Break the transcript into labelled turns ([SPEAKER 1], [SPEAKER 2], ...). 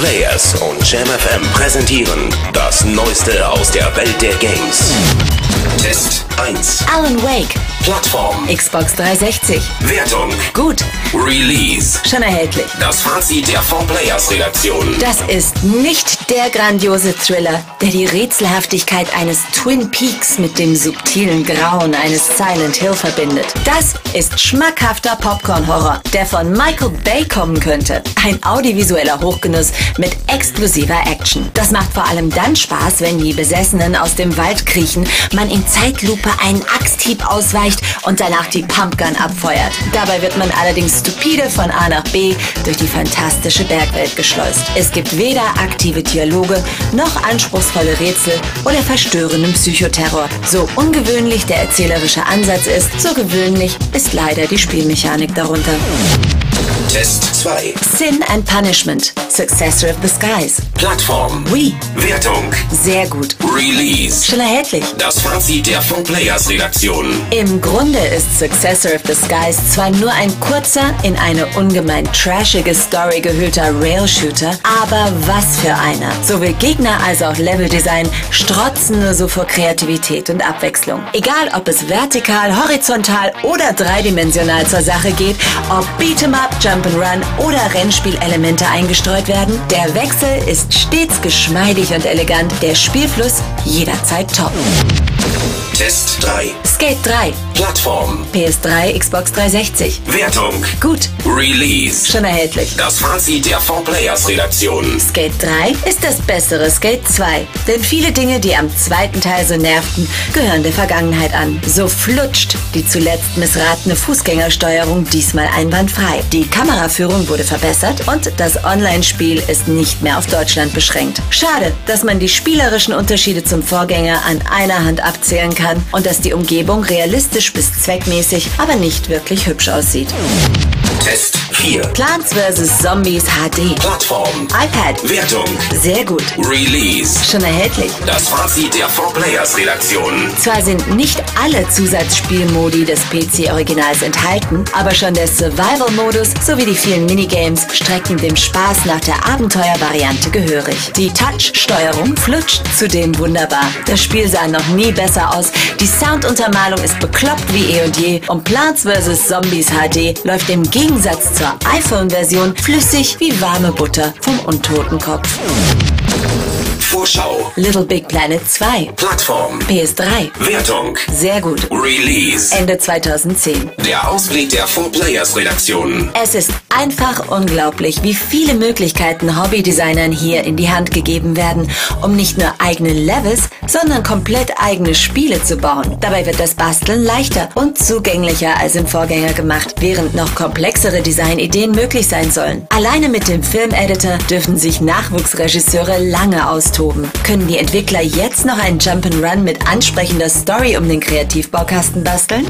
[SPEAKER 1] Players und JamFM präsentieren das Neueste aus der Welt der Games. Test 1.
[SPEAKER 2] Alan Wake,
[SPEAKER 1] Plattform.
[SPEAKER 2] Xbox 360.
[SPEAKER 1] Wertung.
[SPEAKER 2] Gut,
[SPEAKER 1] Release.
[SPEAKER 2] schon erhältlich.
[SPEAKER 1] Das Fazit der 4Players-Redaktion.
[SPEAKER 2] Das ist nicht der grandiose Thriller, der die Rätselhaftigkeit eines Twin Peaks mit dem subtilen Grauen eines Silent Hill verbindet. Das ist schmackhafter Popcorn-Horror, der von Michael Bay kommen könnte. Ein audiovisueller Hochgenuss mit exklusiver Action. Das macht vor allem dann Spaß, wenn die Besessenen aus dem Wald kriechen, man in Zeitlupe einen Axthieb ausweicht und danach die Pumpgun abfeuert. Dabei wird man allerdings stupide von A nach B durch die fantastische Bergwelt geschleust. Es gibt weder aktive Dialoge noch anspruchsvolle Rätsel oder verstörenden Psychoterror. So ungewöhnlich der erzählerische Ansatz ist, so gewöhnlich ist leider die Spielmechanik darunter.
[SPEAKER 1] Test 2.
[SPEAKER 2] Sin and Punishment, Successor of the Skies.
[SPEAKER 1] Plattform.
[SPEAKER 2] Wii,
[SPEAKER 1] Wertung.
[SPEAKER 2] sehr gut.
[SPEAKER 1] Release.
[SPEAKER 2] Schon erhältlich.
[SPEAKER 1] Das Fazit der 4Players-Redaktion.
[SPEAKER 2] Im Grunde ist Successor of the Skies zwar nur ein kurzer, in eine ungemein trashige Story gehüllter Rail-Shooter, aber was für einer. Sowohl Gegner als auch Leveldesign strotzen nur so vor Kreativität und Abwechslung. Egal, ob es vertikal, horizontal oder dreidimensional zur Sache geht, ob Beat'em-up, Jump'n'Run oder Rennspielelemente eingestreut werden, der Wechsel ist stets geschmeidig und elegant, der Spielfluss jederzeit top.
[SPEAKER 1] Test 3.
[SPEAKER 2] Skate 3
[SPEAKER 1] Plattform.
[SPEAKER 2] PS3, Xbox 360.
[SPEAKER 1] Wertung.
[SPEAKER 2] Gut,
[SPEAKER 1] Release.
[SPEAKER 2] schon erhältlich.
[SPEAKER 1] Das Fazit der 4Players-Redaktion.
[SPEAKER 2] Skate 3 ist das bessere Skate 2, denn viele Dinge, die am zweiten Teil so nervten, gehören der Vergangenheit an. So flutscht die zuletzt missratene Fußgängersteuerung diesmal einwandfrei. Die Kameraführung wurde verbessert und das Online-Spiel ist nicht mehr auf Deutschland beschränkt. Schade, dass man die spielerischen Unterschiede zum Vorgänger an einer Hand abzählen kann und dass die Umgebung realistisch bis zweckmäßig, aber nicht wirklich hübsch aussieht.
[SPEAKER 1] Test 4.
[SPEAKER 2] Plants vs. Zombies HD.
[SPEAKER 1] Plattform.
[SPEAKER 2] iPad.
[SPEAKER 1] Wertung.
[SPEAKER 2] Sehr gut.
[SPEAKER 1] Release.
[SPEAKER 2] Schon erhältlich.
[SPEAKER 1] Das Fazit der 4Players-Redaktion.
[SPEAKER 2] Zwar sind nicht alle Zusatzspielmodi des PC-Originals enthalten, aber schon der Survival-Modus sowie die vielen Minigames strecken dem Spaß nach der Abenteuer-Variante gehörig. Die Touch-Steuerung flutscht zudem wunderbar. Das Spiel sah noch nie besser aus, die Sounduntermalung ist bekloppt wie eh und je und Plants vs. Zombies HD läuft im Gegensatz zur iPhone-Version flüssig wie warme Butter vom untoten Kopf.
[SPEAKER 1] Vorschau.
[SPEAKER 2] Little Big Planet 2,
[SPEAKER 1] Plattform.
[SPEAKER 2] PS3,
[SPEAKER 1] Wertung.
[SPEAKER 2] sehr gut.
[SPEAKER 1] Release.
[SPEAKER 2] Ende 2010.
[SPEAKER 1] Der Ausblick der 4Players-Redaktion.
[SPEAKER 2] Es ist einfach unglaublich, wie viele Möglichkeiten Hobbydesignern hier in die Hand gegeben werden, um nicht nur eigene Levels, sondern komplett eigene Spiele zu bauen. Dabei wird das Basteln leichter und zugänglicher als im Vorgänger gemacht, während noch komplexere Designideen möglich sein sollen. Alleine mit dem Filmeditor dürfen sich Nachwuchsregisseure lange austoben. Können die Entwickler jetzt noch einen Jump'n'Run mit ansprechender Story um den Kreativbaukasten basteln?